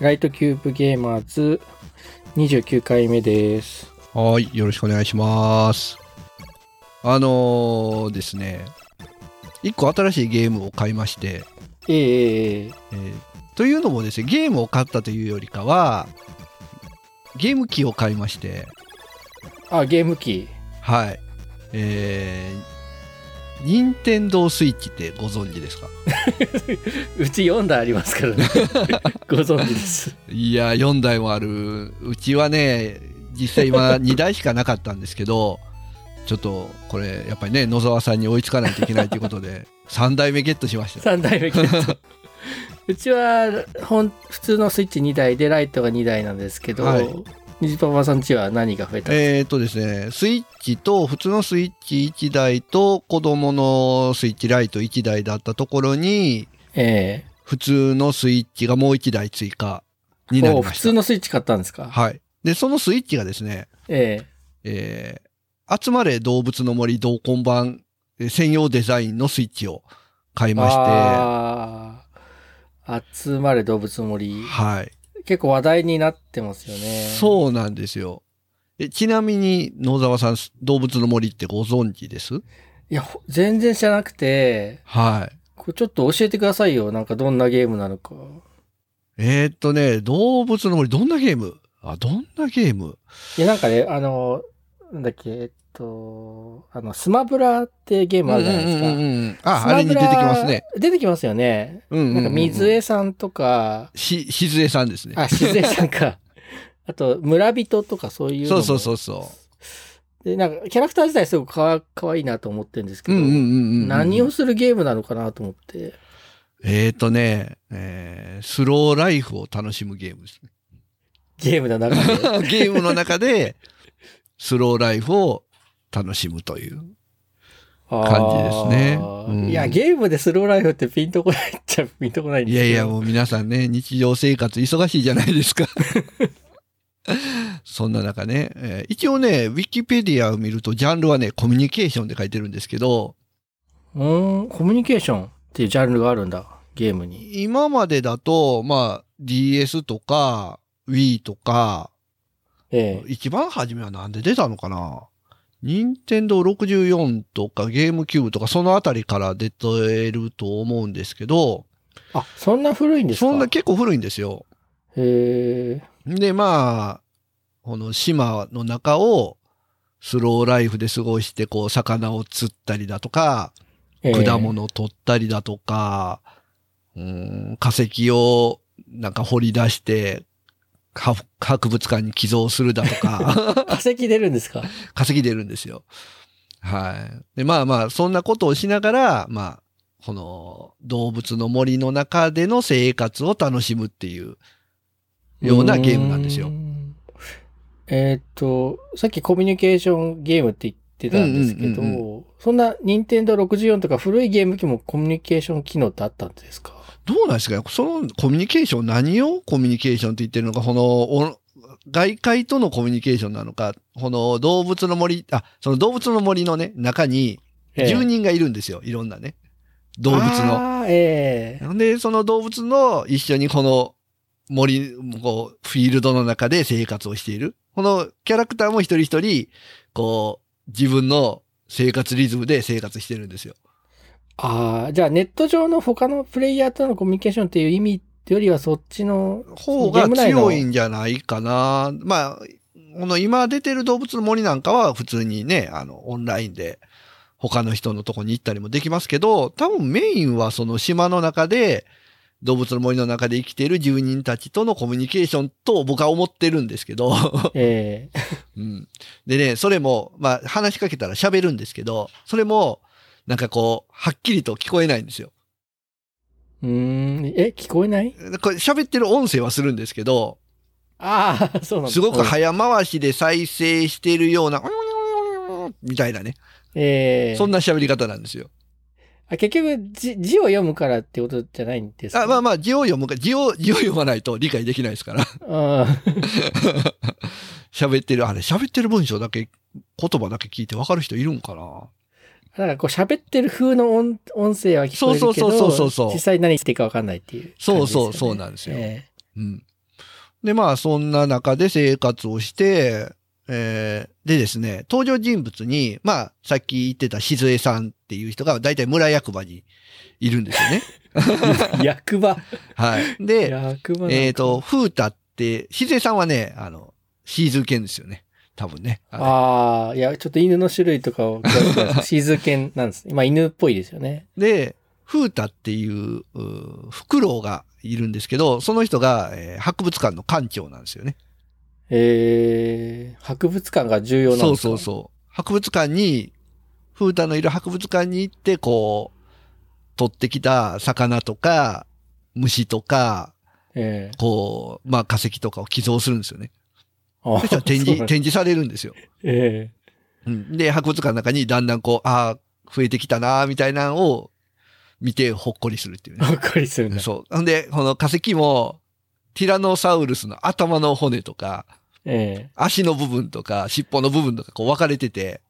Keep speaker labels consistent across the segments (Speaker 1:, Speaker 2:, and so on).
Speaker 1: ライトキューブゲーマーズ29回目です。
Speaker 2: はーい、よろしくお願いします。あのーですね、一個新しいゲームを買いまして、
Speaker 1: ええ
Speaker 2: えーというのもですね、ゲームを買ったというよりかは、ゲーム機を買いまして、
Speaker 1: あ、ゲーム機。
Speaker 2: はい、えー、任天堂スイッチってご存知ですか
Speaker 1: うち4台ありますからね。 ご存知です。
Speaker 2: いや、4台もある、うちはね、実際今2台しかなかったんですけど、ちょっとこれ、やっぱりね、野沢さんに追いつかないといけないということで、3台目ゲットしました。
Speaker 1: 3台目ゲット。うちはほん普通のスイッチ2台でライトが2台なんですけど、
Speaker 2: はい
Speaker 1: ニジパパさんちは何が増えた
Speaker 2: えー、とですね、スイッチと、普通のスイッチ1台と、子供のスイッチライト1台だったところに、
Speaker 1: え
Speaker 2: 普通のスイッチがもう1台追加
Speaker 1: え
Speaker 2: になり
Speaker 1: お
Speaker 2: ま
Speaker 1: 普
Speaker 2: した。
Speaker 1: 通のスイッチ買ったんですか、
Speaker 2: はい。で、そのスイッチがですね、
Speaker 1: ええ
Speaker 2: えー、集まれ動物の森同梱版えー専用デザインのスイッチを買いまして、は
Speaker 1: ああ、集まれ動物の森。
Speaker 2: い。
Speaker 1: 結構話題になってますよね。
Speaker 2: そうなんですよ。えちなみに、野沢さん、動物の森ってご存知です
Speaker 1: いや、ほ全然知らなくて、
Speaker 2: はい。
Speaker 1: これちょっと教えてくださいよ。なんかどんなゲームなのか。
Speaker 2: えーっとね、動物の森、どんなゲームあ、どんなゲーム
Speaker 1: いや、なんかね、あの、なんだっけ、えっと、あの、スマブラってゲームあるじゃないですか。
Speaker 2: うんうんうんうんあ、
Speaker 1: スマ
Speaker 2: あれに
Speaker 1: ブ
Speaker 2: 出
Speaker 1: ラ
Speaker 2: てきますね。。
Speaker 1: 出てきますよね。
Speaker 2: うんうんうん
Speaker 1: なんか水。江さんとか、
Speaker 2: し、しずえさんですね。
Speaker 1: あ、静江さんか。 あと、村人とかそういうの
Speaker 2: そ
Speaker 1: も
Speaker 2: うそうそうそ
Speaker 1: で、なんか、キャラクター自体すごくかわかわいいなと思ってるんです
Speaker 2: う。
Speaker 1: け
Speaker 2: う
Speaker 1: ど、
Speaker 2: んうんうんうん。
Speaker 1: 何をするゲームなのかなと思って。
Speaker 2: えーっとね、えースローライフを楽しむゲームですね。
Speaker 1: ゲームの中 で。
Speaker 2: ゲームの中で、スローライフを楽しむという。感じですね
Speaker 1: あー
Speaker 2: うん
Speaker 1: いや、ゲームでスローライフってピンとこないっちゃピンとこないんで
Speaker 2: い
Speaker 1: す
Speaker 2: や
Speaker 1: けど。
Speaker 2: いや、もう皆さんね、日常生活忙しいじゃないですか。そんな中ね、えー一応ね、ウィキペディアを見ると、ジャンルはね、コミュニケーションで書いてるんですけど、
Speaker 1: うーん、コミュニケーションっていうジャンルがあるんだ、ゲームに。
Speaker 2: 今までだと、まあ、DS とか、Wii とか、
Speaker 1: ええ。
Speaker 2: 一番初めはなんで出たのかな任天堂64とかゲームキューブとかそのあたりから出てると思うんですけど、
Speaker 1: あ、そんな古いんですか
Speaker 2: そんな結構古いんですよ。
Speaker 1: へえ。
Speaker 2: で、まあ、この島の中をスローライフで過ごして、こう、魚を釣ったりだとか、
Speaker 1: ええ
Speaker 2: 果。物を取ったりだとか、うん、化石をなんか掘り出して、は博物館に寄贈するだと か、
Speaker 1: 化石出るんですか
Speaker 2: 化石出るんですよ。はい。で、まあまあ、そんなことをしながら、まあ、この動物の森の中での生活を楽しむっていうようなゲームなんですよ
Speaker 1: うー。んえーっと、さっきコミュニケーションゲームって言ってたんですけど、
Speaker 2: うんうん
Speaker 1: そんな任天堂64とか古いゲーム機もコミュニケーション機能ってあったんですか
Speaker 2: どうなんですかねそのコミュニケーション、何をコミュニケーションって言ってるのか、この、お外界とのコミュニケーションなのか、この動物の森、あ、その動物の森のね、中に
Speaker 1: ええ
Speaker 2: 住人がいるんですよ。いろんなね。動物の。
Speaker 1: あーええ
Speaker 2: なんで、その動物の一緒にこの森、こう、フィールドの中で生活をしている。このキャラクターも一人一人、こう、自分の生活リズムで生活してるんですよ。
Speaker 1: ああ、じゃあネット上の他のプレイヤーとのコミュニケーションっていう意味よりはそっちの、
Speaker 2: 方が強いんじゃないかな。まあ、この今出てる動物の森なんかは普通にね、あの、オンラインで他の人のとこに行ったりもできますけど、多分メインはその島の中で、動物の森の中で生きている住人たちとのコミュニケーションと僕は思ってるんですけど、
Speaker 1: ええ
Speaker 2: うん。でね、それも、まあ話しかけたら喋るんですけど、それも、なんかこう、はっきりと聞こえないんですよ。
Speaker 1: うーん、え、聞こえない
Speaker 2: これ喋ってる音声はするんですけど、
Speaker 1: ああ、そうなんだ。
Speaker 2: すごく
Speaker 1: い。
Speaker 2: 早回しで再生してるような、みたいなね。
Speaker 1: ええ
Speaker 2: そんな喋り方なんですよ。
Speaker 1: あ結局字、字を読むからってことじゃないんですか
Speaker 2: あまあ
Speaker 1: ま
Speaker 2: まあ、字を読むか、字を、 字を読まないと理解できないですから。
Speaker 1: あー。
Speaker 2: 喋ってる、あれ、喋ってる文章だけ、言葉だけ聞いてわかる人いるんかな
Speaker 1: なんかこう喋ってる風の音音声は聞こえるけど、
Speaker 2: そうそうそうそうそうそう
Speaker 1: 実際何言ってるかわかんないっていう感じですよね、
Speaker 2: そうそうそうなんですよ
Speaker 1: え
Speaker 2: うん。で、まあ、そんな中で生活をして、えーでですね、登場人物に、まあ、さっき言ってた静江さんっていう人が、だいたい村役場にいるんです よね。
Speaker 1: 役場。
Speaker 2: はい。で、
Speaker 1: 役場なんか
Speaker 2: えっ、と、風太って、静江さんはね、あの、シーズー犬ですよね。多分ね。あれ
Speaker 1: ああ、いや、ちょっと犬の種類とかを詳しくないです、シーズー犬なんですね。まあ、犬っぽいですよね。
Speaker 2: で、風太っていう、うーフクロウがいるんですけど、その人が、えー博物館の館長なんですよね。
Speaker 1: えー、博物館が重要なん
Speaker 2: そ
Speaker 1: で
Speaker 2: う
Speaker 1: すか
Speaker 2: そうそう。博物館に、風太のいる博物館に行って、こう、取ってきた魚とか、虫とか、
Speaker 1: ええ
Speaker 2: こう、まあ化石とかを寄贈するんですよね。
Speaker 1: あ
Speaker 2: そしたら展
Speaker 1: そう
Speaker 2: 示、
Speaker 1: なんだ
Speaker 2: 展示されるんですよ。
Speaker 1: え
Speaker 2: うん、で、博物館の中にだんだんこう、ああ、増えてきたなーみたいなのを見てほっこりするっていう
Speaker 1: え
Speaker 2: ね。
Speaker 1: ほっこり するんだ。
Speaker 2: そう。ほんで、この化石も、ティラノサウルスの頭の骨とか、
Speaker 1: ええ
Speaker 2: 足の部分とか、尻尾の部分とかこう分かれてて、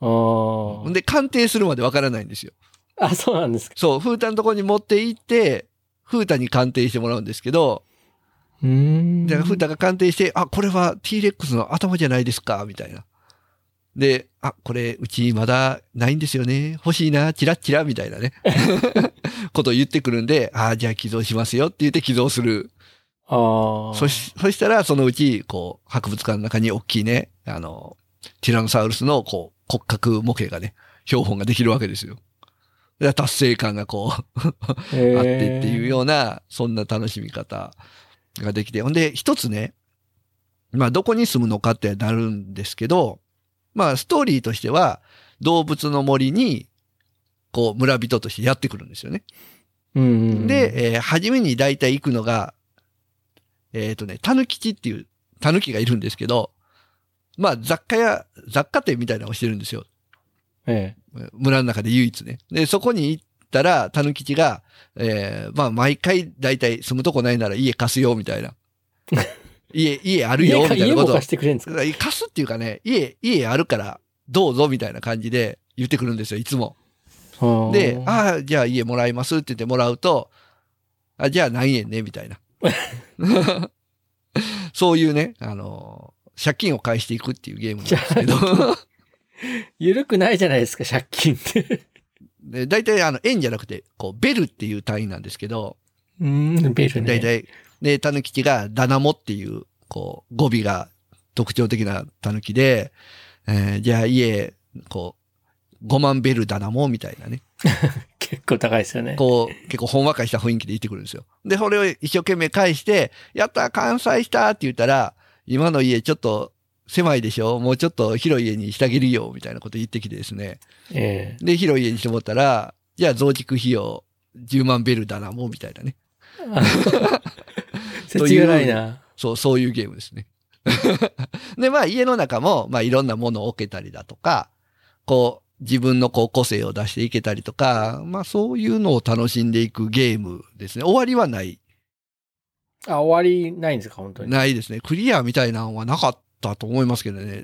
Speaker 1: あ
Speaker 2: ほんで鑑定するまで分からないんですよ。
Speaker 1: あ。あ、そうなんですか。
Speaker 2: そう、風太のとこに持って行って、風太に鑑定してもらうんですけど、
Speaker 1: うーん。
Speaker 2: で、風太が鑑定して、あ、これは T-Rex の頭じゃないですか、みたいな。で、あ、これ、うちまだないんですよね。欲しいな、チラッチラ、みたい なね。ことを言ってくるんで、あ、じゃあ寄贈しますよって言って寄贈する。
Speaker 1: ああ。
Speaker 2: そし、そしたら、そのうち、こう、博物館の中に大きいね、あの、ティラノサウルスの、こう、骨格模型がね、標本ができるわけですよ。で達成感がこう、
Speaker 1: ええ
Speaker 2: あってっていうような、そんな楽しみ方ができて。ほんで、一つね、まあ、どこに住むのかってなるんですけど、まあ、ストーリーとしては、動物の森に、こう、村人としてやってくるんですよね。
Speaker 1: うんうんうん、
Speaker 2: で、えー初めに大体行くのが、えっ、とね、タヌキチっていう、タヌキがいるんですけど、まあ、雑貨屋、雑貨店みたいなのをしてるんですよ。
Speaker 1: え
Speaker 2: 村の中で唯一ね。で、そこに行ったら、たぬきちが、えー、まあ、毎回、だいたい住むとこないなら家貸すよ、みたいな。家、家あ
Speaker 1: え、
Speaker 2: るよ、みたい
Speaker 1: 家
Speaker 2: な
Speaker 1: も
Speaker 2: こと。
Speaker 1: 貸してくれるんですか
Speaker 2: 貸すっていうかね、家、家あるから、どうぞ、みたいな感じで言ってくるんですよ、いつも。で、
Speaker 1: あ
Speaker 2: ああ、じゃあ家もらいますって言ってもらうと、あ、じゃあ何円ね、みた いな。そういうね、あのー借金を返していくっていうゲームなんですけど。
Speaker 1: ー、ゆるくないじゃないですか、借金って。
Speaker 2: で、大体あの、円じゃなくて、こう、ベルっていう単位なんですけど、
Speaker 1: うーん、ベルね。
Speaker 2: 大体、で、タヌキがダナモっていう、こう、語尾が特徴的なタヌキで、えーじゃあ家、こう、5万ベルダナモみたいなね。
Speaker 1: 結構高いですよね。
Speaker 2: こう、結構ほんわかした雰囲気で言ってくるんですよ。で、それを一生懸命返して、やった完済したって言ったら、今の家ちょっと狭いでしょもうちょっと広い家にしてあげるよみたいなこと言ってきてですね。
Speaker 1: え
Speaker 2: で、広い家にしてもらったら、じゃあ増築費用10万ベルだな、もうみたいなね。
Speaker 1: えせちがないな。
Speaker 2: そう、そういうゲームですね。 で、まあ家の中も、まあいろんなものを置けたりだとか、こう、自分のこう個性を出していけたりとか、まあそういうのを楽しんでいくゲームですね。終わりはない。
Speaker 1: あ、終わりないんですか、本当に。
Speaker 2: ないですね。クリアみたいなのはなかったと思いますけどね。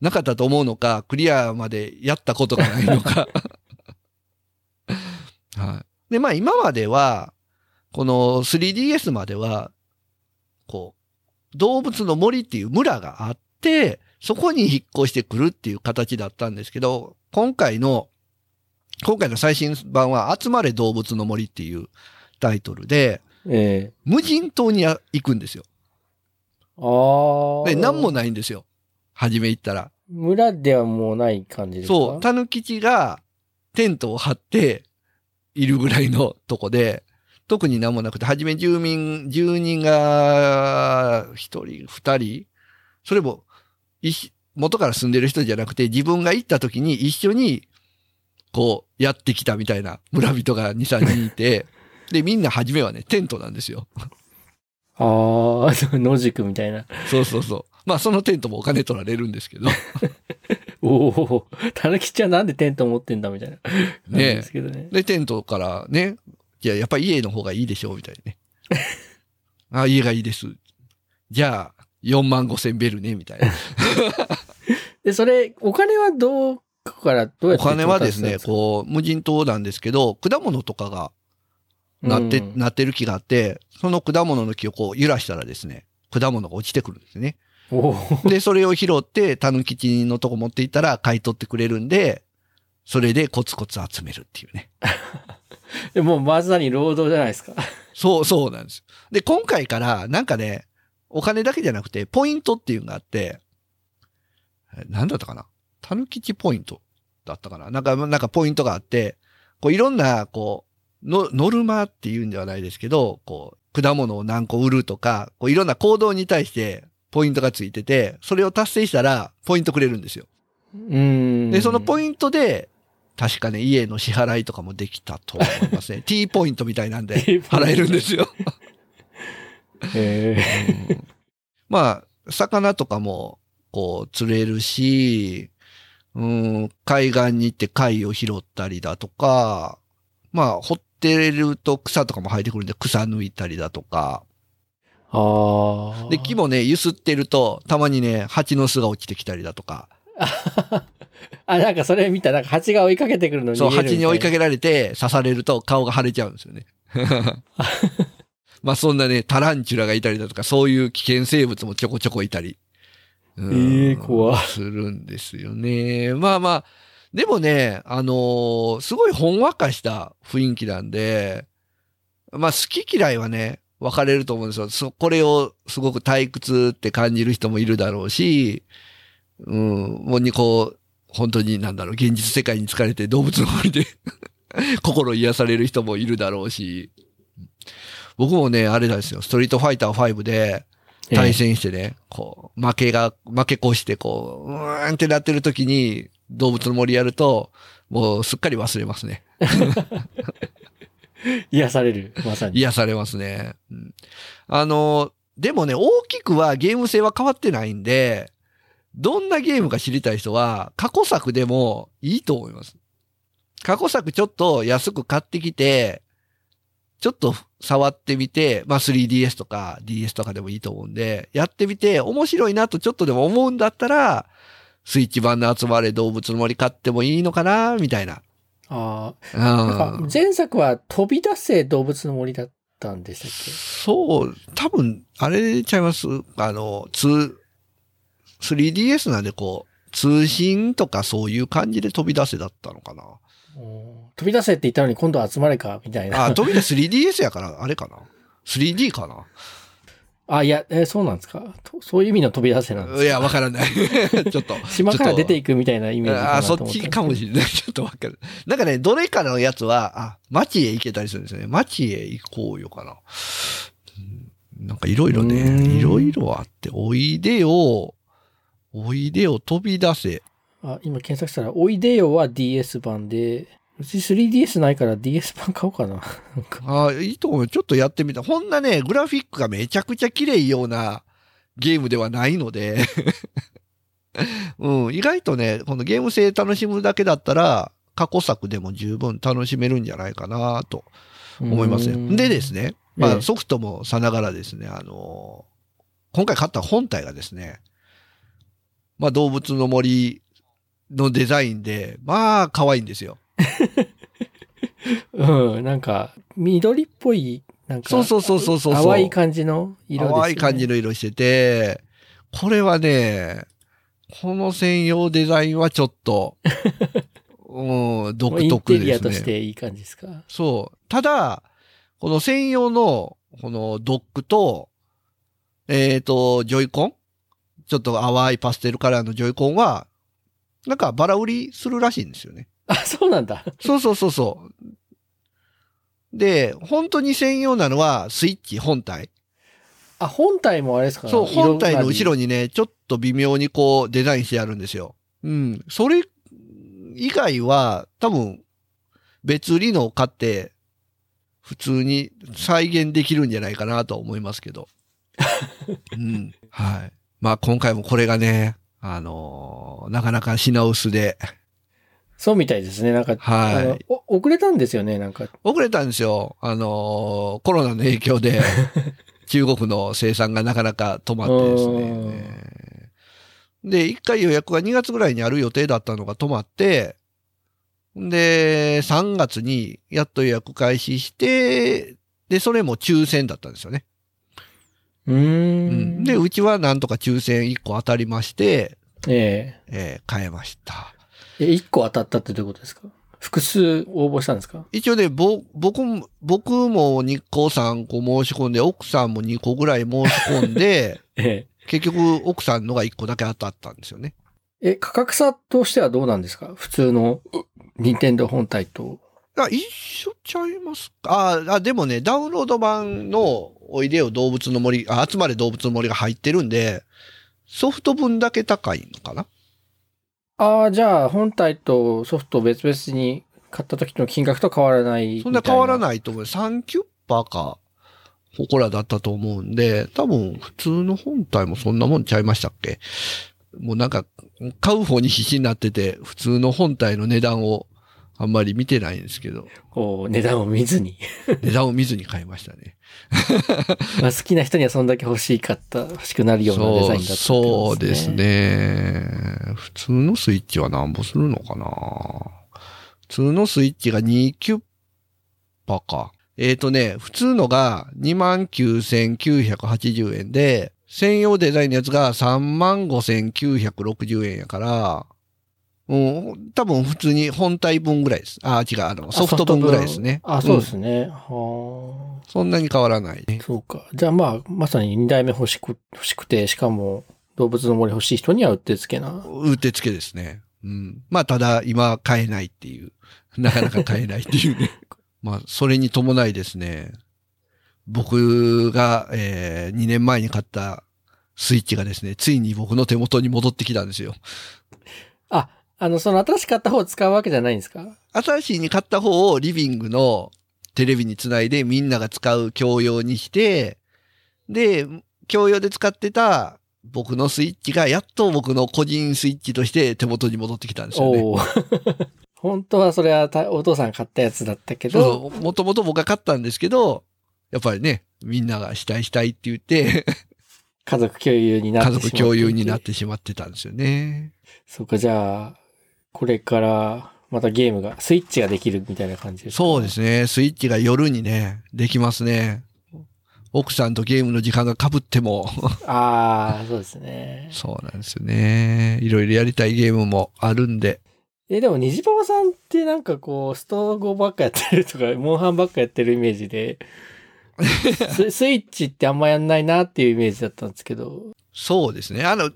Speaker 2: なかったと思うのか、クリアまでやったことがないのか。 はい。で、まあ今までは、この 3DS までは、こう、動物の森っていう村があって、そこに引っ越してくるっていう形だったんですけど、今回の、今回の最新版は、集まれ動物の森っていうタイトルで、
Speaker 1: ええ
Speaker 2: 無人島にあ行くんですよ。
Speaker 1: ああ。
Speaker 2: で、何もないんですよ。初め行ったら。
Speaker 1: 村ではもうない感じですか
Speaker 2: そう、タヌキチがテントを張っているぐらいのとこで、特に何もなくて、初め住民、住人が1人、2人、それも、いし元から住んでる人じゃなくて、自分が行った時に一緒に、こう、やってきたみたいな村人が2、3人い て、で、みんな初めはね、テントなんですよ。
Speaker 1: ああ、そう 野宿みたいな。
Speaker 2: そうそうそう。まあ、そのテントもお金取られるんです けど。
Speaker 1: おお、たぬきちゃんなんでテント持ってんだみたいな。感じですけどね。
Speaker 2: で、テントからね、いや、やっぱり家の方がいいでしょう、みたいなね。 あ、家がいいです。じゃあ、4万5千ベルね、みたい な。
Speaker 1: で、それ、お金はどうからどうやっ
Speaker 2: お
Speaker 1: て調達
Speaker 2: 金はです
Speaker 1: るん
Speaker 2: ね、
Speaker 1: か
Speaker 2: こう、無人島なんですけど、果物とかがなって、
Speaker 1: うん
Speaker 2: なってる木があって、その果物の木をこう揺らしたらですね、果物が落ちてくるんです ね。
Speaker 1: おお。
Speaker 2: で、それを拾って、タヌキチのとこ持っていったら買い取ってくれるんで、それでコツコツ集めるっていうね。
Speaker 1: でもうまさに労働じゃないですか。
Speaker 2: そう、そうなんです。で、今回から、なんかね、お金だけじゃなくて、ポイントっていうのがあって、えなんだったかなたぬきちポイントだったかななんか、なんかポイントがあって、こういろんな、こう、のノルマっていうんではないですけど、こう、果物を何個売るとか、こういろんな行動に対して、ポイントがついてて、それを達成したら、ポイントくれるんですよ。
Speaker 1: うん。
Speaker 2: で、そのポ
Speaker 1: ン
Speaker 2: イントで、確かね、家の支払いとかもできたと思いま すね。T ポイントみたいなんで、
Speaker 1: T ポイント
Speaker 2: 払えるんですよ。
Speaker 1: ト。へえ。
Speaker 2: まあ、魚とかも、こう、釣れるし、うん、海岸に行って貝を拾ったりだとか、まあ、掘ってると草とかも生えてくるんで、草抜いたりだとか、
Speaker 1: ああ。
Speaker 2: で、木もね、揺すってると、たまにね、蜂の巣が落ちてきたりだとか、
Speaker 1: あ、なんかそれ見た、なんか蜂が追いかけてくるのに。
Speaker 2: そう、蜂に追いか
Speaker 1: け。
Speaker 2: けられて、刺されると顔が腫れちゃうんですよ ね。まあ、そんなね、タランチュラがいたりだとか、そういう危険生物もちょこちょこいたり。うん
Speaker 1: ええ怖い
Speaker 2: するんですよね。まあまあ、でもね、あのーすごいほんわかした雰囲気なんで、まあ好き嫌いはね、分かれると思うんですよ。そこれをすごく退屈って感じる人もいるだろうし、うん、もうにこう、本当になんだろう、現実世界に疲れて動物の森で 心癒される人もいるだろうし、僕もね、あれなんですよ、ストリートファイター5で
Speaker 1: ええ
Speaker 2: 対戦してね、こう、負けが、負け越してこう、うーんってなってる時に動物の森やると、もうすっかり忘れますね。
Speaker 1: 癒される、まさに。
Speaker 2: 癒されますね。うんあの、でもね、大きくはゲーム性は変わってないんで、どんなゲームか知りたい人は、過去作でもいいと思います。過去作ちょっと安く買ってきて、ちょっと触ってみて、まあ 3DS とか DS とかでもいいと思うんで、やってみて面白いなとちょっとでも思うんだったら、スイッチ版の集まれ動物の森買ってもいいのかな、みたいな。
Speaker 1: あ
Speaker 2: う
Speaker 1: あ。
Speaker 2: ん
Speaker 1: なんか前作は飛び出せ動物の森だったんでしたっけ
Speaker 2: そう、多分、あれちゃいますあの、通、3DS なんでこう、通信とかそういう感じで飛び出せだったのかな。
Speaker 1: おー飛び出せって言ったのに今度は集まれか、みたいな。
Speaker 2: あ、飛び出せ 3DS やから、あれかな。3D かな。
Speaker 1: あ、いや、えーそうなんですかとそういう意味の飛び出せなんです
Speaker 2: い
Speaker 1: か
Speaker 2: や、わからない。 ちょっと。
Speaker 1: 島から出て
Speaker 2: い
Speaker 1: いくみたいなイメージか
Speaker 2: あ
Speaker 1: な
Speaker 2: そ
Speaker 1: と
Speaker 2: っ
Speaker 1: 思ったんですけど。
Speaker 2: ちかもしれない。ちょっとわかる。なんかね、どれかのやつは、あ、街へ行けたりするんですよね。街へ行こうよかな。うんなんかいろいろ
Speaker 1: うー
Speaker 2: ね、
Speaker 1: ん
Speaker 2: いろいろあって、おいでよ、おいでよ、飛び出せ。
Speaker 1: あ、今検索したら、おいでよは DS 版で、うち 3DS ないから DS 版買おうかな。
Speaker 2: ああ、いいと思うよ。ちょっとやってみた。ほんなね、グラフィックがめちゃくちゃ綺麗ようなゲームではないので、うん、意外とね、このゲーム性楽しむだけだったら、過去作でも十分楽しめるんじゃないかなと 思いますね。でです
Speaker 1: ね。
Speaker 2: ね、ま
Speaker 1: え
Speaker 2: あ
Speaker 1: え
Speaker 2: ソフトもさながらですね、あのー今回買った本体がですね、まあ動物の森のデザインで、まあ可愛いんですよ。
Speaker 1: うん、なんか、緑っぽい、なんか、
Speaker 2: そうそうそうそうそうそう。
Speaker 1: 淡い感じの色です、ね。
Speaker 2: 淡い感じの色してて、これはね、この専用デザインはちょっ と、うん、
Speaker 1: もう
Speaker 2: 独
Speaker 1: イン
Speaker 2: 特
Speaker 1: テリ
Speaker 2: で
Speaker 1: アと
Speaker 2: す
Speaker 1: し
Speaker 2: ね。
Speaker 1: ていい感じですか。
Speaker 2: そう。ただ、この専用の、このドックと、えっ、と、ジョイコンちょっと淡いパステルカラーのジョイコンは、なんかバラ売りするらしいんですよね。
Speaker 1: あ、そうなんだ。
Speaker 2: そうそうそうそう。で、本当に専用なのはスイッチ本体。
Speaker 1: あ、本体もあれですか
Speaker 2: そう、本体の後ろ
Speaker 1: に。
Speaker 2: にね、ちょっと微妙にこうデザインしてあるんですよ。うん。それ以外は、多分、別売りのを買って、普通に再現できるんじゃないかなとは思いますけ ど。うん。はい。まあ今回もこれがね、あのーなかなか品薄で、
Speaker 1: そうみたいですね。なんか、あ
Speaker 2: は
Speaker 1: の
Speaker 2: い。
Speaker 1: お遅れたんですよね、なんか。
Speaker 2: 遅れたんですよ。あのーコロナの影響 で、中国の生産がなかなか止まってです
Speaker 1: うん
Speaker 2: ね。で、一回予約が2月ぐらいにある予定だったのが止まって、で、3月にやっと予約開始して、で、それも抽選だったんですよね。
Speaker 1: うー。
Speaker 2: うんん、で、うちはなんとか抽選1個当たりまして、
Speaker 1: え
Speaker 2: えー買えました。
Speaker 1: え。え、一個当たったってどういうことですか複数応募したんですか
Speaker 2: 一応ね、ぼ、僕も、僕も2個3個申し込んで、奥さんも2個ぐらい申し込んで、
Speaker 1: え
Speaker 2: 結局奥さんのが1個だけ当たったんですよね。
Speaker 1: え。え、価格差としてはどうなんですか普通の、任天堂本体と。
Speaker 2: あ、一緒ちゃいますかああ、でもね、ダウンロード版のおいでよ動物の森、あ、集まれ動物の森が入ってるんで、ソフト分だけ高いのかな
Speaker 1: ああ、じゃあ、本体とソフトを別々に買った時の金額と変わらない
Speaker 2: そんな変わら
Speaker 1: い。
Speaker 2: ないと思う。3キュッパーか、ほこらだったと思うんで、多分普通の本体もそんなもんちゃいましたっけもうなんか、買う方に必死になってて、普通の本体の値段をあんまり見てないんですけど、
Speaker 1: こう、値段を見ずに。
Speaker 2: 値段を見ずに買いましたね。
Speaker 1: まあ好きな人にはそんだけ欲しかった、欲しくなるようなデザインだったって
Speaker 2: そ
Speaker 1: こ
Speaker 2: う
Speaker 1: とです
Speaker 2: そう
Speaker 1: ね。
Speaker 2: ですね。普通のスイッチはなんぼするのかな普通のスイッチが2キュッパか。えっ、とね、普通のが29,980円で、専用デザインのやつが35,960円やから、うん、多分普通に本体分ぐらいです。あ、違う、あの、
Speaker 1: あ
Speaker 2: ソフト分ぐらいですね。
Speaker 1: あ、そうで
Speaker 2: ん
Speaker 1: すね。はあ。
Speaker 2: そんなに変わらない。
Speaker 1: そうか。じゃあまあ、まさに2代目欲しく、欲しくて、しかも動物の森欲しい人にはうってつけな。
Speaker 2: うってつけですね。うん。まあ、ただ、今、買えないっていう。なかなか買えないっていうね。まあ、それに伴いですね、僕が、えー、2年前に買ったスイッチがですね、ついに僕の手元に戻ってきたんですよ。
Speaker 1: あ、あの、その新しかった方を使うわけじゃないんですか
Speaker 2: 新しいに買った方をリビングのテレビにつないでみんなが使う共用にして、で、共用で使ってた僕のスイッチがやっと僕の個人スイッチとして手元に戻ってきたんですよね。
Speaker 1: おお。 本当はそれはたお父さん買ったやつだったけ
Speaker 2: そう
Speaker 1: ど、
Speaker 2: そうもともと僕が勝ったんですけど、やっぱりね、みんながしたいしたいって言って、
Speaker 1: 家族共有になってしまっ
Speaker 2: 家
Speaker 1: て
Speaker 2: 族共有になってしまってたんですよね。
Speaker 1: そうか、じゃあ、これから、またゲームが、スイッチができるみたいな感じですか
Speaker 2: そうですね。スイッチが夜にね、できますね。奥さんとゲームの時間が被っ ても、
Speaker 1: ああ、そうですね。
Speaker 2: そうなんですよね。いろいろやりたいゲームもあるんで。
Speaker 1: え、でも、虹パパさんってなんかこう、スト5ばっかやってるとか、モンハンばっかやってるイメージで、ススイッチってあんまやんないなっていうイメージだったんですけど、
Speaker 2: そうですね。あの、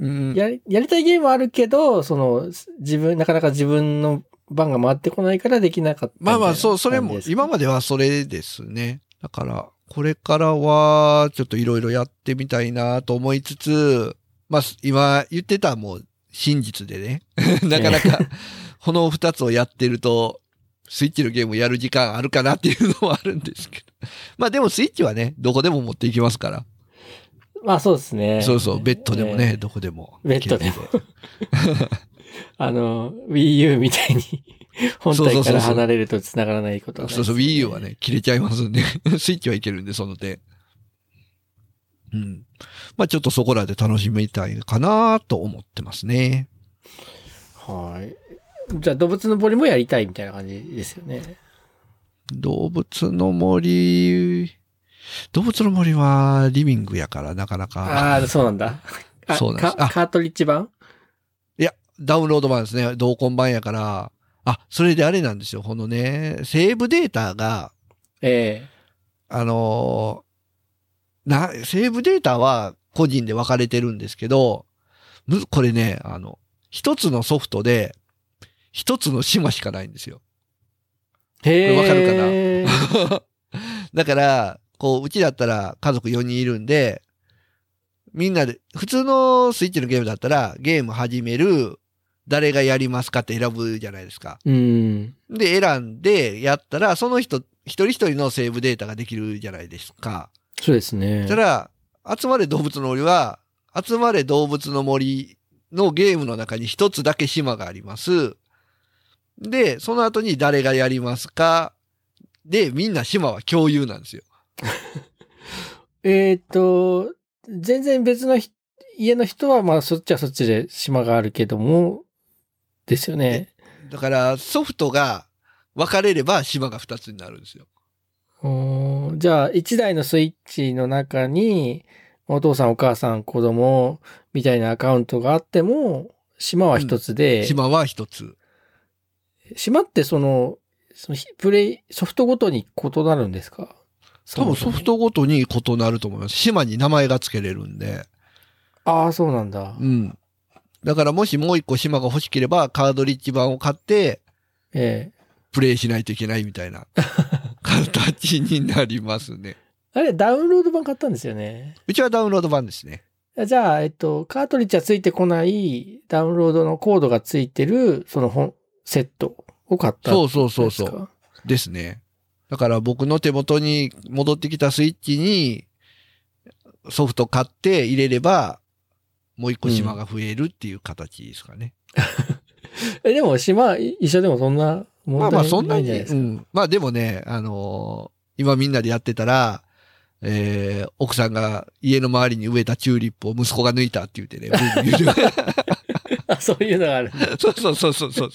Speaker 2: うん、
Speaker 1: やりやりたいゲームはあるけど、その、自分、なかなか自分の番が回ってこないからできなかったみたいな
Speaker 2: まあまあ、そう、それ
Speaker 1: 感
Speaker 2: も
Speaker 1: じ、です
Speaker 2: 今まではそれですね。だから、これからは、ちょっといろいろやってみたいなと思いつつ、まあ、す今言ってたもう、真実でね。 なかなか、この二つをやってると、スイッチのゲームやる時間あるかなっていうのもあるんですけど。まあでもスイッチはね、どこでも持っていきますから。
Speaker 1: まあそうですね。
Speaker 2: そうそう、ベッドでも
Speaker 1: え
Speaker 2: ね、
Speaker 1: え
Speaker 2: どこでも。
Speaker 1: ベッドでもあの、Wii U み たいに、本
Speaker 2: そう
Speaker 1: 体
Speaker 2: そうそ
Speaker 1: か
Speaker 2: うそう
Speaker 1: ら離れると繋がらないことはない
Speaker 2: そ
Speaker 1: で
Speaker 2: う
Speaker 1: す
Speaker 2: そう、
Speaker 1: ね
Speaker 2: Wii U はね、切れちゃいますんで、 スイッチはいけるんで、その点。うん。まあちょっとそこらで楽しみたいかなと思ってますね。
Speaker 1: はい。じゃあ動物の森もやりたいみたいな感じですよね。
Speaker 2: 動物の森、動物の森はリビングやから、なかな
Speaker 1: あ
Speaker 2: か。
Speaker 1: あー、そうなんだ。あ
Speaker 2: そうなんです
Speaker 1: か
Speaker 2: あ
Speaker 1: カートリッジ版
Speaker 2: いや、ダウンロード版ですね。同梱版やから。あ、それであれなんですよ。このね、セーブデータが、
Speaker 1: え
Speaker 2: あのーな、セーブデータは個人で分かれてるんですけど、むこれね、あの、一つのソフトで、一つの島しかないんですよ。
Speaker 1: えへえ。
Speaker 2: これ
Speaker 1: わかるか
Speaker 2: だから、こう、うちだったら家族4人いるんで、みんなで、普通のスイッチのゲームだったら、ゲーム始める、誰がやりますかって選ぶじゃないですか。
Speaker 1: なうん。
Speaker 2: で、選んでやったら、その人、一人一人のセーブデータができるじゃないですか。
Speaker 1: そうですね。
Speaker 2: たら、集まれ動物の森は、集まれ動物の森のゲームの中に一つだけ島があります。で、その後に誰がやりますかで、みんな島は共有なんですよ。
Speaker 1: えっ、と、全然別のひ家の人は、まあそっちはそっちで島があるけども、ですよね。
Speaker 2: だから、ソフトが分かれれば島が2つになるんですよ。
Speaker 1: おーじゃあ、一台のスイッチの中に、お父さん、お母さん、子供みたいなアカウントがあっても、島は一つで、島
Speaker 2: 島は1つ。
Speaker 1: ってその、そのひプレイ、ソフトごとに異なるんですか
Speaker 2: 多分ソフ。トごとに異なると思います。島に名前が付けれるんで。
Speaker 1: ああ、そうなんだ。
Speaker 2: うん。だからもしもう1個島が欲しければカードリッジ版を買って
Speaker 1: ええ
Speaker 2: プレイしないといけないみたいな形になりますね。
Speaker 1: あれ、ダウンロード版買ったんですよね。
Speaker 2: うちはダウンロード版ですね。
Speaker 1: じゃあ、えっと、カートリッジはついてこない、ダウンロードのコードがついてる、その本、セットを買ったん
Speaker 2: そ
Speaker 1: で
Speaker 2: うそう
Speaker 1: すか。
Speaker 2: そうそう。ですね。だから僕の手元に戻ってきたスイッチにソフト買って入れれば、もう一個島が増えるっていう形ですかね。
Speaker 1: え、でも島、い一緒でもそんな問
Speaker 2: まあ
Speaker 1: 題
Speaker 2: まあそんな
Speaker 1: ないん
Speaker 2: に、
Speaker 1: じゃないです
Speaker 2: う
Speaker 1: か。
Speaker 2: ん。まあでもね、あのー今みんなでやってたら、えー、奥さんが家の周りに植えたチューリップを息子が抜いたって言ってね、ブーブー言うて
Speaker 1: あ、 そういうのがある。
Speaker 2: そうそうそうそうそう。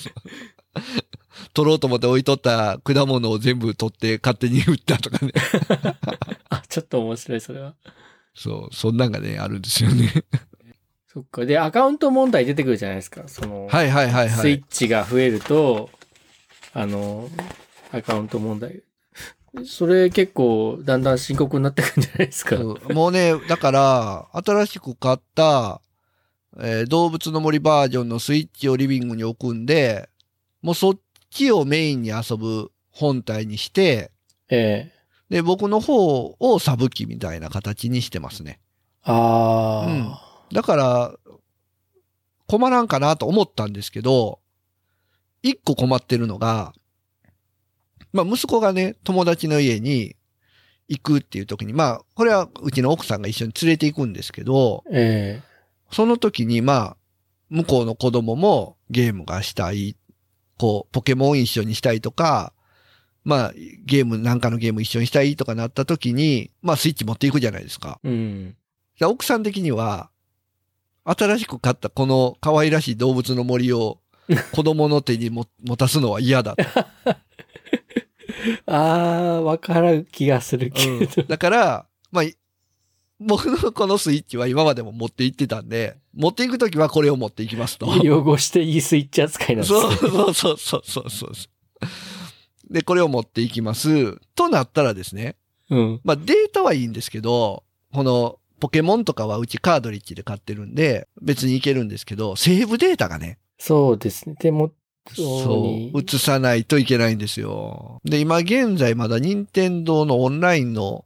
Speaker 2: 取ろうと思って置いとった果物を全部取って勝手に売ったとかね。
Speaker 1: あ、ちょっと面白い、それは。
Speaker 2: そう、そんなんがね、あるんですよね。
Speaker 1: そっか。で、アカウント問題出てくるじゃないですか。その、
Speaker 2: はいはいはいは
Speaker 1: スイ
Speaker 2: い。
Speaker 1: ッチが増えると、あの、アカウント問題。それ結構、だんだん深刻になってくるんじゃないですか。
Speaker 2: うんもうね、だから、新しく買った、えー動物の森バージョンのスイッチをリビングに置くんで、もうそっちをメインに遊ぶ本体にして、
Speaker 1: ええ
Speaker 2: で、僕の方をサブ機みたいな形にしてますね。
Speaker 1: あ
Speaker 2: だから、困らんかなと思ったんですけど、一個困ってるのが、まあ息子がね、友達の家に行くっていう時に、まあこれはうちの奥さんが一緒に連れて行くんですけど、
Speaker 1: ー、え
Speaker 2: その時にまあ向こうの子供もゲームがしたい、こうポケモン一緒にしたいとか、まあゲームなんかのゲーム一緒にしたいとかなった時に、まあスイッチ持っていくじゃないですか。
Speaker 1: えうん。
Speaker 2: で奥さん的には、新しく買ったこの可愛らしい動物の森 を子供の手にも持たすのは嫌だと。
Speaker 1: ああ、わからん気がする けど。
Speaker 2: だから、まあ、い僕のこのスイッチは今までも持って行ってたんで、持って行くときはこれを持って行きますと。
Speaker 1: 汚していいスイッチ扱いなんですね
Speaker 2: そうそうそうそうそうそう。で、これを持って行きます。となったらですね、
Speaker 1: うん。
Speaker 2: まあデータはいいんですけど、このポケモンとかはうちカードリッジで買ってるんで、別にいけるんですけど、セーブデータがね、
Speaker 1: そうですね。手元に
Speaker 2: そ。う、映さないといけないんですよ。で、今現在まだ任天堂のオンラインの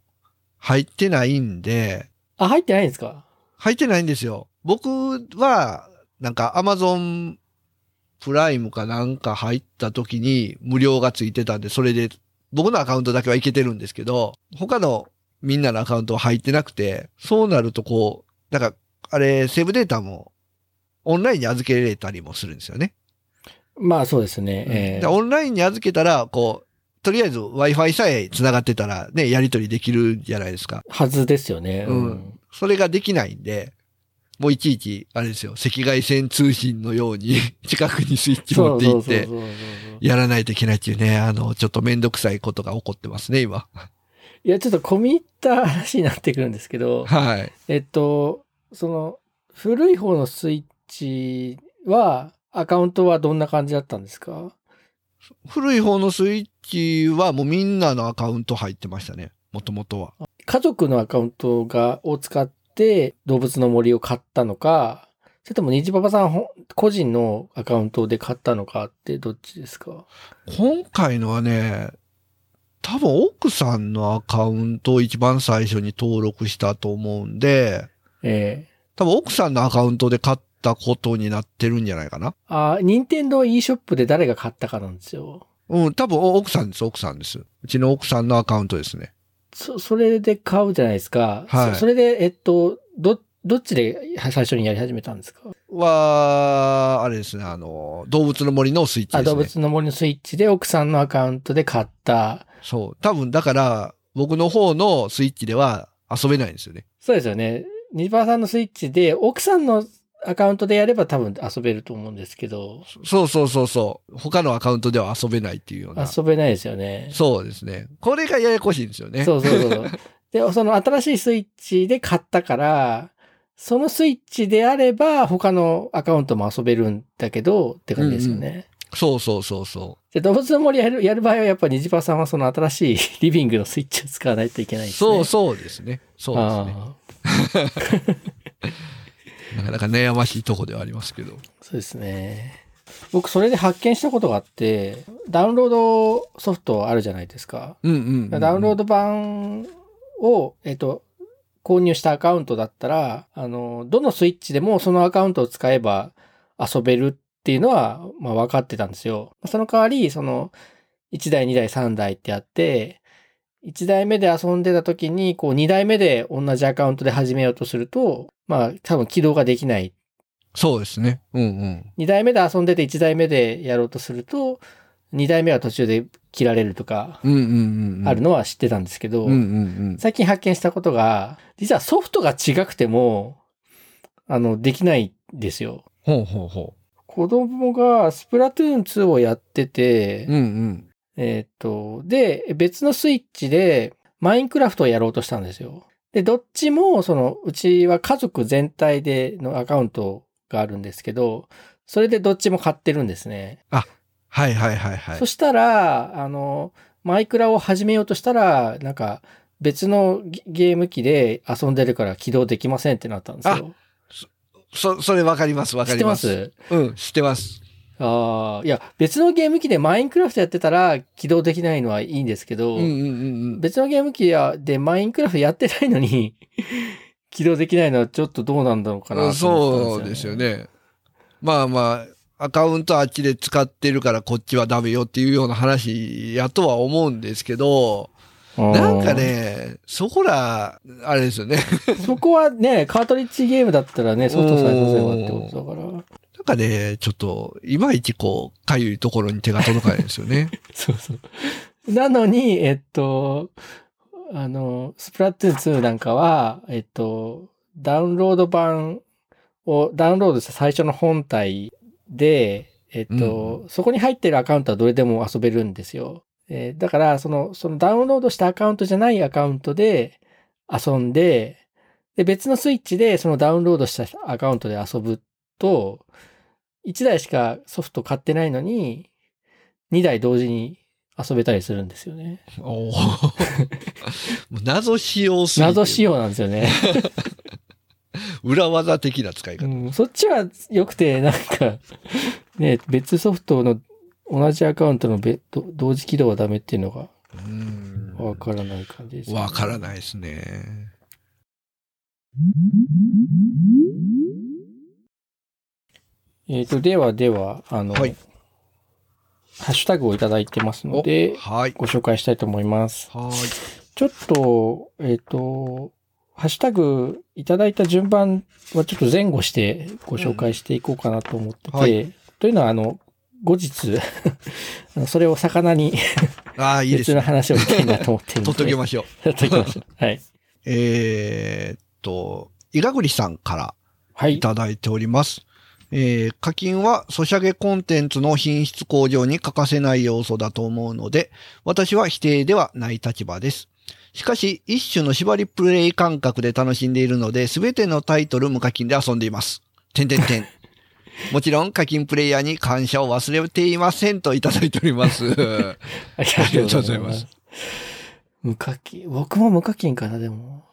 Speaker 2: 入ってないんで、
Speaker 1: あ、入ってないんですか
Speaker 2: 入ってないんですよ。僕は、なんか Amazon プライムかなんか入った時に無料がついてたんで、それで僕のアカウントだけはいけてるんですけど、他のみんなのアカウントは入ってなくて、そうなるとこう、なんか、あれ、セーブデータもオンラインに預けれたりもするんですよね。
Speaker 1: まあそうですね。え
Speaker 2: で
Speaker 1: え
Speaker 2: オンラインに預けたら、こう、とりあえず Wi-Fi さえ繋がってたらね、やり取りできるじゃないですか。
Speaker 1: はずですよね。
Speaker 2: うんそれができないんで、もういちいち、あれですよ、赤外線通信のように 近くにスイッチ持
Speaker 1: そう
Speaker 2: ってい
Speaker 1: そ
Speaker 2: っ
Speaker 1: うそう
Speaker 2: て、
Speaker 1: そうそう。
Speaker 2: やらないといけないっていうね、あの、ちょっとめんどくさいことが起こってますね、今。
Speaker 1: いや、ちょっと込み入った話になってくるんですけど、
Speaker 2: はい。
Speaker 1: えっと、その、古い方のスイッチは、アカウントはどんな感じだったんですか
Speaker 2: 古い方のスイッチはもうみんなのアカウント入ってましたね、もともとは。
Speaker 1: 家族のアカウントが、を使って動物の森を買ったのか、それとも虹パパさんほん個人のアカウントで買ったのかってどっちですか
Speaker 2: 今回のはね、多分奥さんのアカウントを一番最初に登録したと思うんで、
Speaker 1: ええ
Speaker 2: 多分奥さんのアカウントで買ったことになってるんじゃないかな。
Speaker 1: あ、任天堂 e ショップで誰が買ったかなんですよ。
Speaker 2: うん、多分奥さんです、奥さんです。うちの奥さんのアカウントですね。
Speaker 1: そ、それで買うじゃないですか。
Speaker 2: はい
Speaker 1: そそれで、えっと、ど、どっちでは最初にやり始めたんですか
Speaker 2: は、あれですね、あの、動物の森のスイッチ
Speaker 1: あ、
Speaker 2: です
Speaker 1: 動
Speaker 2: ね。
Speaker 1: 物の森のスイッチで奥さんのアカウントで買った。
Speaker 2: そう。多分だから、僕の方のスイッチでは遊べないんですよね。
Speaker 1: そうですよね。ニバーさんのスイッチで奥さんのアカウントでやれば多分遊べると思うんですけど、
Speaker 2: そうそうそうそう。他のアカウントでは遊べないっていうような。
Speaker 1: 遊べないですよね。
Speaker 2: そうですね。これがややこしいんですよね。
Speaker 1: そうそうそう そう。で、その新しいスイッチで買ったから、そのスイッチであれば他のアカウントも遊べるんだけどって感じですよね。
Speaker 2: そうそうそうそ
Speaker 1: で動物の森やるやる場合はやっぱ虹パさんはその新しい リビングのスイッチを使わないといけな
Speaker 2: う。
Speaker 1: いです
Speaker 2: そ
Speaker 1: ね。
Speaker 2: うそうですね。そうですね。
Speaker 1: ああ
Speaker 2: なかなか悩ましいとこではありますけど。
Speaker 1: そうですね。僕それで発見したことがあって、ダウンロードソフトあるじゃないですか。
Speaker 2: うんうん、うん。
Speaker 1: ダウンロード版を、えっと、購入したアカウントだったら、あの、どのスイッチでもそのアカウントを使えば遊べるっていうのは、まあ分かってたんですよ。その代わり、その、1台、2台、3台ってあって、1台目で遊んでた時に、こう2台目で同じアカウントで始めようとすると、まあ多分起動ができない
Speaker 2: そうですね。うんうん。
Speaker 1: 2台目で遊んでて1台目でやろうとすると2台目は途中で切られるとか
Speaker 2: うんうんうん。
Speaker 1: あるのは知ってたんですけど、
Speaker 2: うんうん
Speaker 1: 最近発見したことが実はソフトが違くてもあのできないんですよ。
Speaker 2: うん。ほうほうほ
Speaker 1: 子供がスプラトゥーン2をやってて、
Speaker 2: う。うんうん。
Speaker 1: えーっと、で、別のスイッチで、マインクラフトをやろうとしたんですよ。で、どっちも、その、うちは家族全体でのアカウントがあるんですけど、それでどっちも買ってるんですね。
Speaker 2: はいはいはいはい
Speaker 1: そ。したら、あの、マイクラを始めようとしたら、なんか、別のゲゲーム機で遊んでるから起動できませんってなったんですよ。
Speaker 2: そ、それわかりますわか
Speaker 1: 知っ
Speaker 2: り
Speaker 1: てま
Speaker 2: ます。
Speaker 1: す
Speaker 2: うん、知ってます。
Speaker 1: ああ、いや、別のゲーム機でマインクラフトやってたら起動できないのはいいんですけ
Speaker 2: う
Speaker 1: ど、
Speaker 2: んうんうんうん。
Speaker 1: 別のゲーム機やでマインクラフトやってないのに 起動できないのはちょっとどうなんだろうかなと
Speaker 2: そ
Speaker 1: 思った
Speaker 2: うんですよ。ね。まあまあ、アカウントあっちで使ってるからこっちはダメよっていうような話やとは思うんですけど、なんかね、そこら、あれですよね。
Speaker 1: うん。そこはね、カートリッジゲームだったらね、ソフトさえさせればってことだから。
Speaker 2: なんかね、ちょっと、いまいちこう、かゆいところに手が届かないんですよ ね。
Speaker 1: そうそう。なのに、えっと、あの、スプラトゥーン2なんかは、えっと、ダウンロード版をダウンロードした最初の本体で、えっと、そこに入ってるアカウントはどれでも遊べるんですよ。えーだから、その、そのダウンロードしたアカウントじゃないアカウントで遊んで、で、別のスイッチでそのダウンロードしたアカウントで遊ぶと、1台しかソフト買ってないのに、2台同時に遊べたりするんですよね。
Speaker 2: おーもう謎仕様すぎて
Speaker 1: 謎仕様なんですよ ね。
Speaker 2: 裏技的な使いう方。
Speaker 1: ん、そっちは良くて、なんか、ね、別ソフトの同じアカウントの別同同時起動はダメっていうのが
Speaker 2: うん
Speaker 1: わからない感じです、
Speaker 2: わから
Speaker 1: い。
Speaker 2: ないですね。
Speaker 1: えっ、と、ではでは、あの、
Speaker 2: はい
Speaker 1: ハッシュタグをいただいてますので、
Speaker 2: はい。
Speaker 1: ご紹介したいと思います。
Speaker 2: はい。
Speaker 1: ちょっと、えっ、と、ハッシュタグいただいた順番はちょっと前後してご紹介していこうかなと思ってて、
Speaker 2: うんはい
Speaker 1: というのは、あの、後日、 あのそれを魚に
Speaker 2: ああ、いいです
Speaker 1: 別
Speaker 2: ね。
Speaker 1: の話をしたいなと思ってるんで。
Speaker 2: 取っとき
Speaker 1: ま
Speaker 2: ましょう。
Speaker 1: す。取っときましょう。はい。
Speaker 2: えーっと、伊賀栗さんから
Speaker 1: はいい。
Speaker 2: ただいております。えー課金は、ソシャゲコンテンツの品質向上に欠かせない要素だと思うので、私は否定ではない立場です。しかし、一種の縛りプレイ感覚で楽しんでいるので、すべてのタイトル無課金で遊んでいます。てんてん てん。もちろん課金プレイヤーに感謝を忘れていませんといただいており ます。
Speaker 1: あり
Speaker 2: がとうございます。
Speaker 1: 無課金。僕も無課金かな、でも。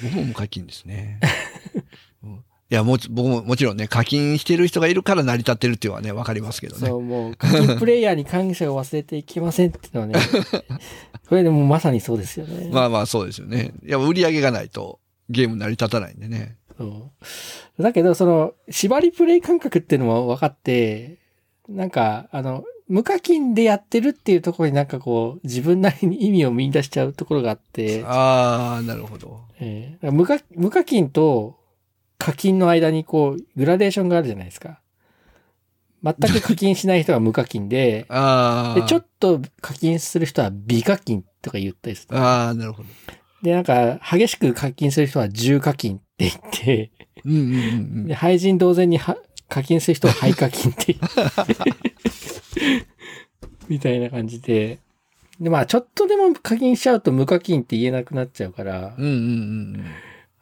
Speaker 2: 僕も無課金ですね。 うんいや、もち、僕ももちろんね、課金してる人がいるから成り立ってるっていうのはね、わかりますけどね
Speaker 1: そ。う、もう、課金プレイヤーに感謝を忘れていきませんっていうの はね、これでもうまさにそうですよね。
Speaker 2: まあまあそうですよね。いや、売り上げがないとゲーム成り立たないんでね。
Speaker 1: そうだけど、その、縛りプレイ感覚っていうのも分かって、なんか、あの、無課金でやってるっていうところになんかこう、自分なりに意味を見出しちゃうところがあって、
Speaker 2: ああ、なるほど。、
Speaker 1: えー無課無課金と課金の間にこう、グラデーションがあるじゃないですか。全く課金しない人は無課金で
Speaker 2: ああ。
Speaker 1: でちょっと課金する人は美課金とか言ったりする。
Speaker 2: ああ、なるほど。
Speaker 1: で、なんか、激しく課金する人は重課金って言って、
Speaker 2: うんうんうん
Speaker 1: で、廃人同然には課金する人は廃課金 って言って。みたいな感じで。で、まあ、ちょっとでも課金しちゃうと無課金って言えなくなっちゃうから
Speaker 2: うんう、んうんうん。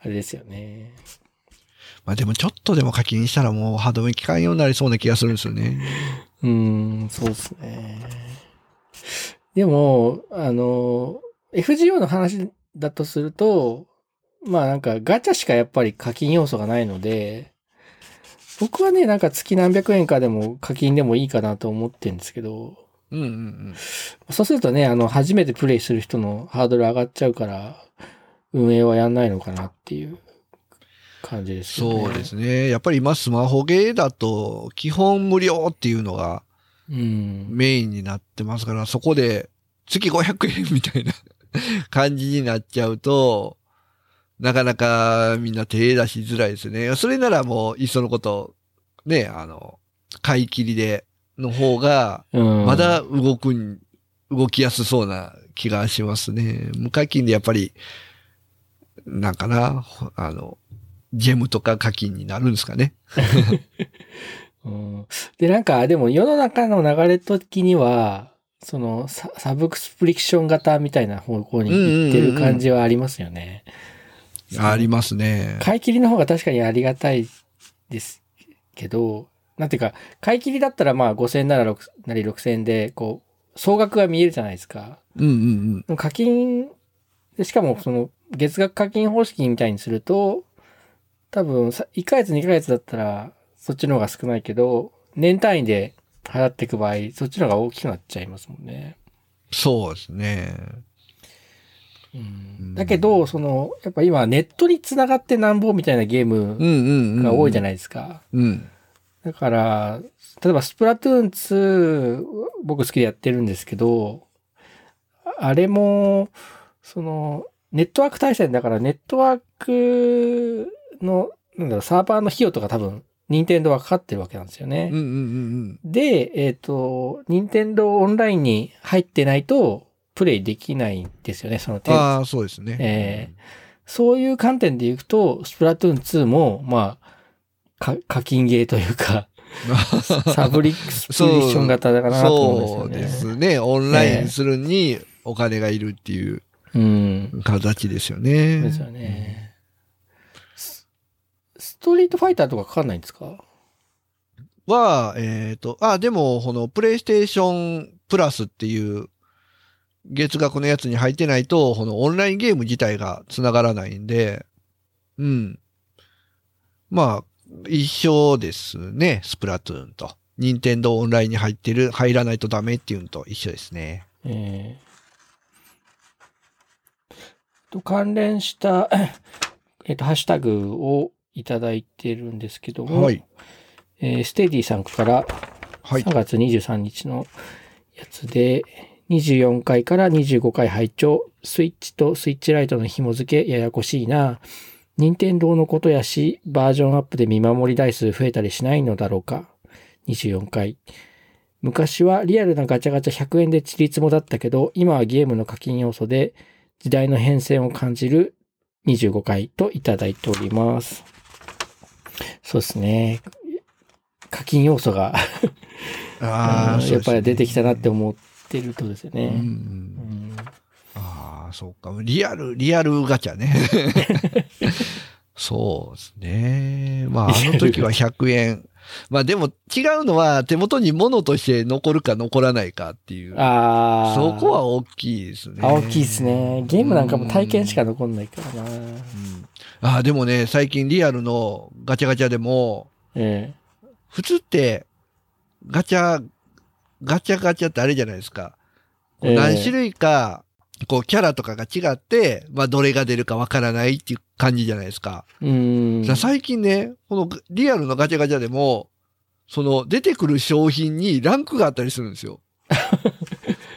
Speaker 1: あれですよね。
Speaker 2: まあでもちょっとでも課金したらもう歯止め効かんようになりそうな気がするんですよね。
Speaker 1: うーん、そうですね。でも、あの、FGO の話だとすると、まあなんかガチャしかやっぱり課金要素がないので、僕はね、なんか月何百円かでも課金でもいいかなと思ってるんですけど、
Speaker 2: うんうんうん。
Speaker 1: そうするとね、あの、初めてプレイする人のハードル上がっちゃうから、運営はやんないのかなっていう感じですよね。
Speaker 2: そうですね。やっぱり今スマホゲーだと基本無料っていうのが
Speaker 1: うん。
Speaker 2: メインになってますから、そこで月500円み たいな感じになっちゃうと、なかなかみんな手出しづらいですね。それならもういっそのこと、ね、あの、買い切りでの方が、
Speaker 1: うん。
Speaker 2: まだ動くん、動きやすそうな気がしますね。無課金でやっぱり、なんかな、ほあの、ジェムとか課金になるんですかね。
Speaker 1: うんで、なんか、でも世の中の流れ的には、そのサ、サブクスプリクション型みたいな方向に行ってる感じはありますよね。
Speaker 2: ありますね。
Speaker 1: 買い切りの方が確かにありがたいですけど、なんていうか、買い切りだったらまあ5000円なら6なり6000円で、こう、総額が見えるじゃないですか。
Speaker 2: うんうん
Speaker 1: 課金、でしかもその月額課金方式みたいにすると、多分さ1ヶ月2ヶ月だったらそっちの方が少ないけど、年単位で払っていく場合、そっちの方が大きくなっちゃいますもんね。
Speaker 2: そうですね。ん
Speaker 1: だけど、その、やっぱ今ネットに繋がってなんぼみたいなゲー
Speaker 2: うん
Speaker 1: ム
Speaker 2: うんうん。
Speaker 1: が多いじゃ
Speaker 2: な
Speaker 1: な
Speaker 2: い
Speaker 1: いですか。
Speaker 2: うん。
Speaker 1: だから、例えばスプラトゥーン2、僕好きでやってるんですけど、あれも、その、ネットワーク対戦だから、ネットワークの、なんだろう、サーバーの費用とか多分、任天堂はかかってるわけなんですよ
Speaker 2: うんうんう
Speaker 1: ね。
Speaker 2: ん
Speaker 1: で、えっ、と、任天堂オンラインに入ってないと、プレイできないんですよね、その
Speaker 2: うん。
Speaker 1: 点。
Speaker 2: ああ、そうですね。
Speaker 1: えそういう観点でいくと、スプラトゥーン2も、まあ、か課金ゲーというか、 サブリックスプリクション型だかなと思
Speaker 2: そううん
Speaker 1: で
Speaker 2: です
Speaker 1: よね。
Speaker 2: すね。オンラインするにお金がいるっていう
Speaker 1: うん。
Speaker 2: 形ですよね。
Speaker 1: ですよね。スストリートファイターとかかかんないんですか
Speaker 2: は、えっ、と、あ、でも、この、プレイステーションプラスっていう、月額のやつに入ってないと、このオンラインゲーム自体が繋がらないんで、うん。まあ、一緒ですね、スプラトゥーンと。任天堂オンラインに入ってる、入らないとダメっていうのと一緒ですね。
Speaker 1: えーと関連した、えっと、ハッシュタグをいただいてるんですけども、
Speaker 2: はい
Speaker 1: えーステディさんから、
Speaker 2: はい
Speaker 1: 3。月23日のやつで、24回から25回拝聴スイッチとスイッチライトの紐付けややこしいな。任天堂のことやし、バージョンアップで見守り台数増えたりしないのだろうか。24回。昔はリアルなガチャガチャ100円でチリツモだったけど、今はゲームの課金要素で時代の変遷を感じる25回といただいております。そうですね。課金要素が
Speaker 2: ああ、
Speaker 1: やっぱり出てきたなって
Speaker 2: 思
Speaker 1: 思ってるとです
Speaker 2: うですね。うん
Speaker 1: ね。
Speaker 2: うん
Speaker 1: うん
Speaker 2: ああ、そうか。リアル、リアルガチャね。そうですね。まあ、あの時は100円。まあでも違うのは手元に物として残るか残らないかっていう。
Speaker 1: ああ。
Speaker 2: そこは大きいですね。
Speaker 1: あ大きいですね。ゲームなんかも体験しか残んないからな。
Speaker 2: うん。ああ、でもね、最近リアルのガチャガチャでも、
Speaker 1: ええ。
Speaker 2: 普通って、ガチャ、ガチャガチャってあれじゃないですか。こう
Speaker 1: ええ
Speaker 2: 何種類か、こうキャラとかが違って、まあどれが出るかわからないっていう感じじゃないですか。
Speaker 1: うん。
Speaker 2: じゃあ最近ね、このリアルのガチャガチャでも、その出てくる商品にランクがあったりするんで すよ。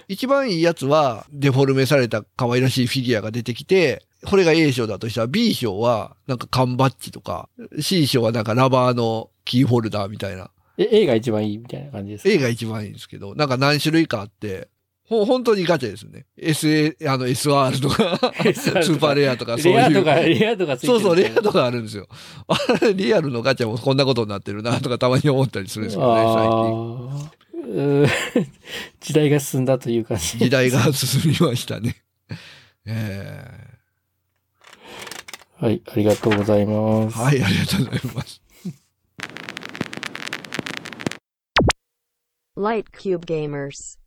Speaker 2: 一番いいやつは、デフォルメされた可愛らしいフィギュアが出てきて、これが A 賞だとしたら B 賞は、なんか缶バッジとか、C 賞はなんかラバーのキーホルダーみたいな。
Speaker 1: え、A が一番いいみたいな感じですか。
Speaker 2: A が一番いいんですけど、なんか何種類かあって、ほ本当にガチャですよね。SA、あの SR とか、スーパーレアとか、そう
Speaker 1: レア
Speaker 2: い
Speaker 1: とか、
Speaker 2: う。
Speaker 1: レアとかついて
Speaker 2: そう
Speaker 1: る
Speaker 2: そう、レアとかあるんですよ。あれ、リアルのガチャもこんなことになってるな、とかたまに思ったりするんですけどね、最近。
Speaker 1: あーうー 時代が進んだという感じ。
Speaker 2: 時代が進みましたね。え
Speaker 1: はい、ありがとうございま
Speaker 2: ー
Speaker 1: す。
Speaker 2: はい、ありがとうございます。
Speaker 3: Light Cube Gamers.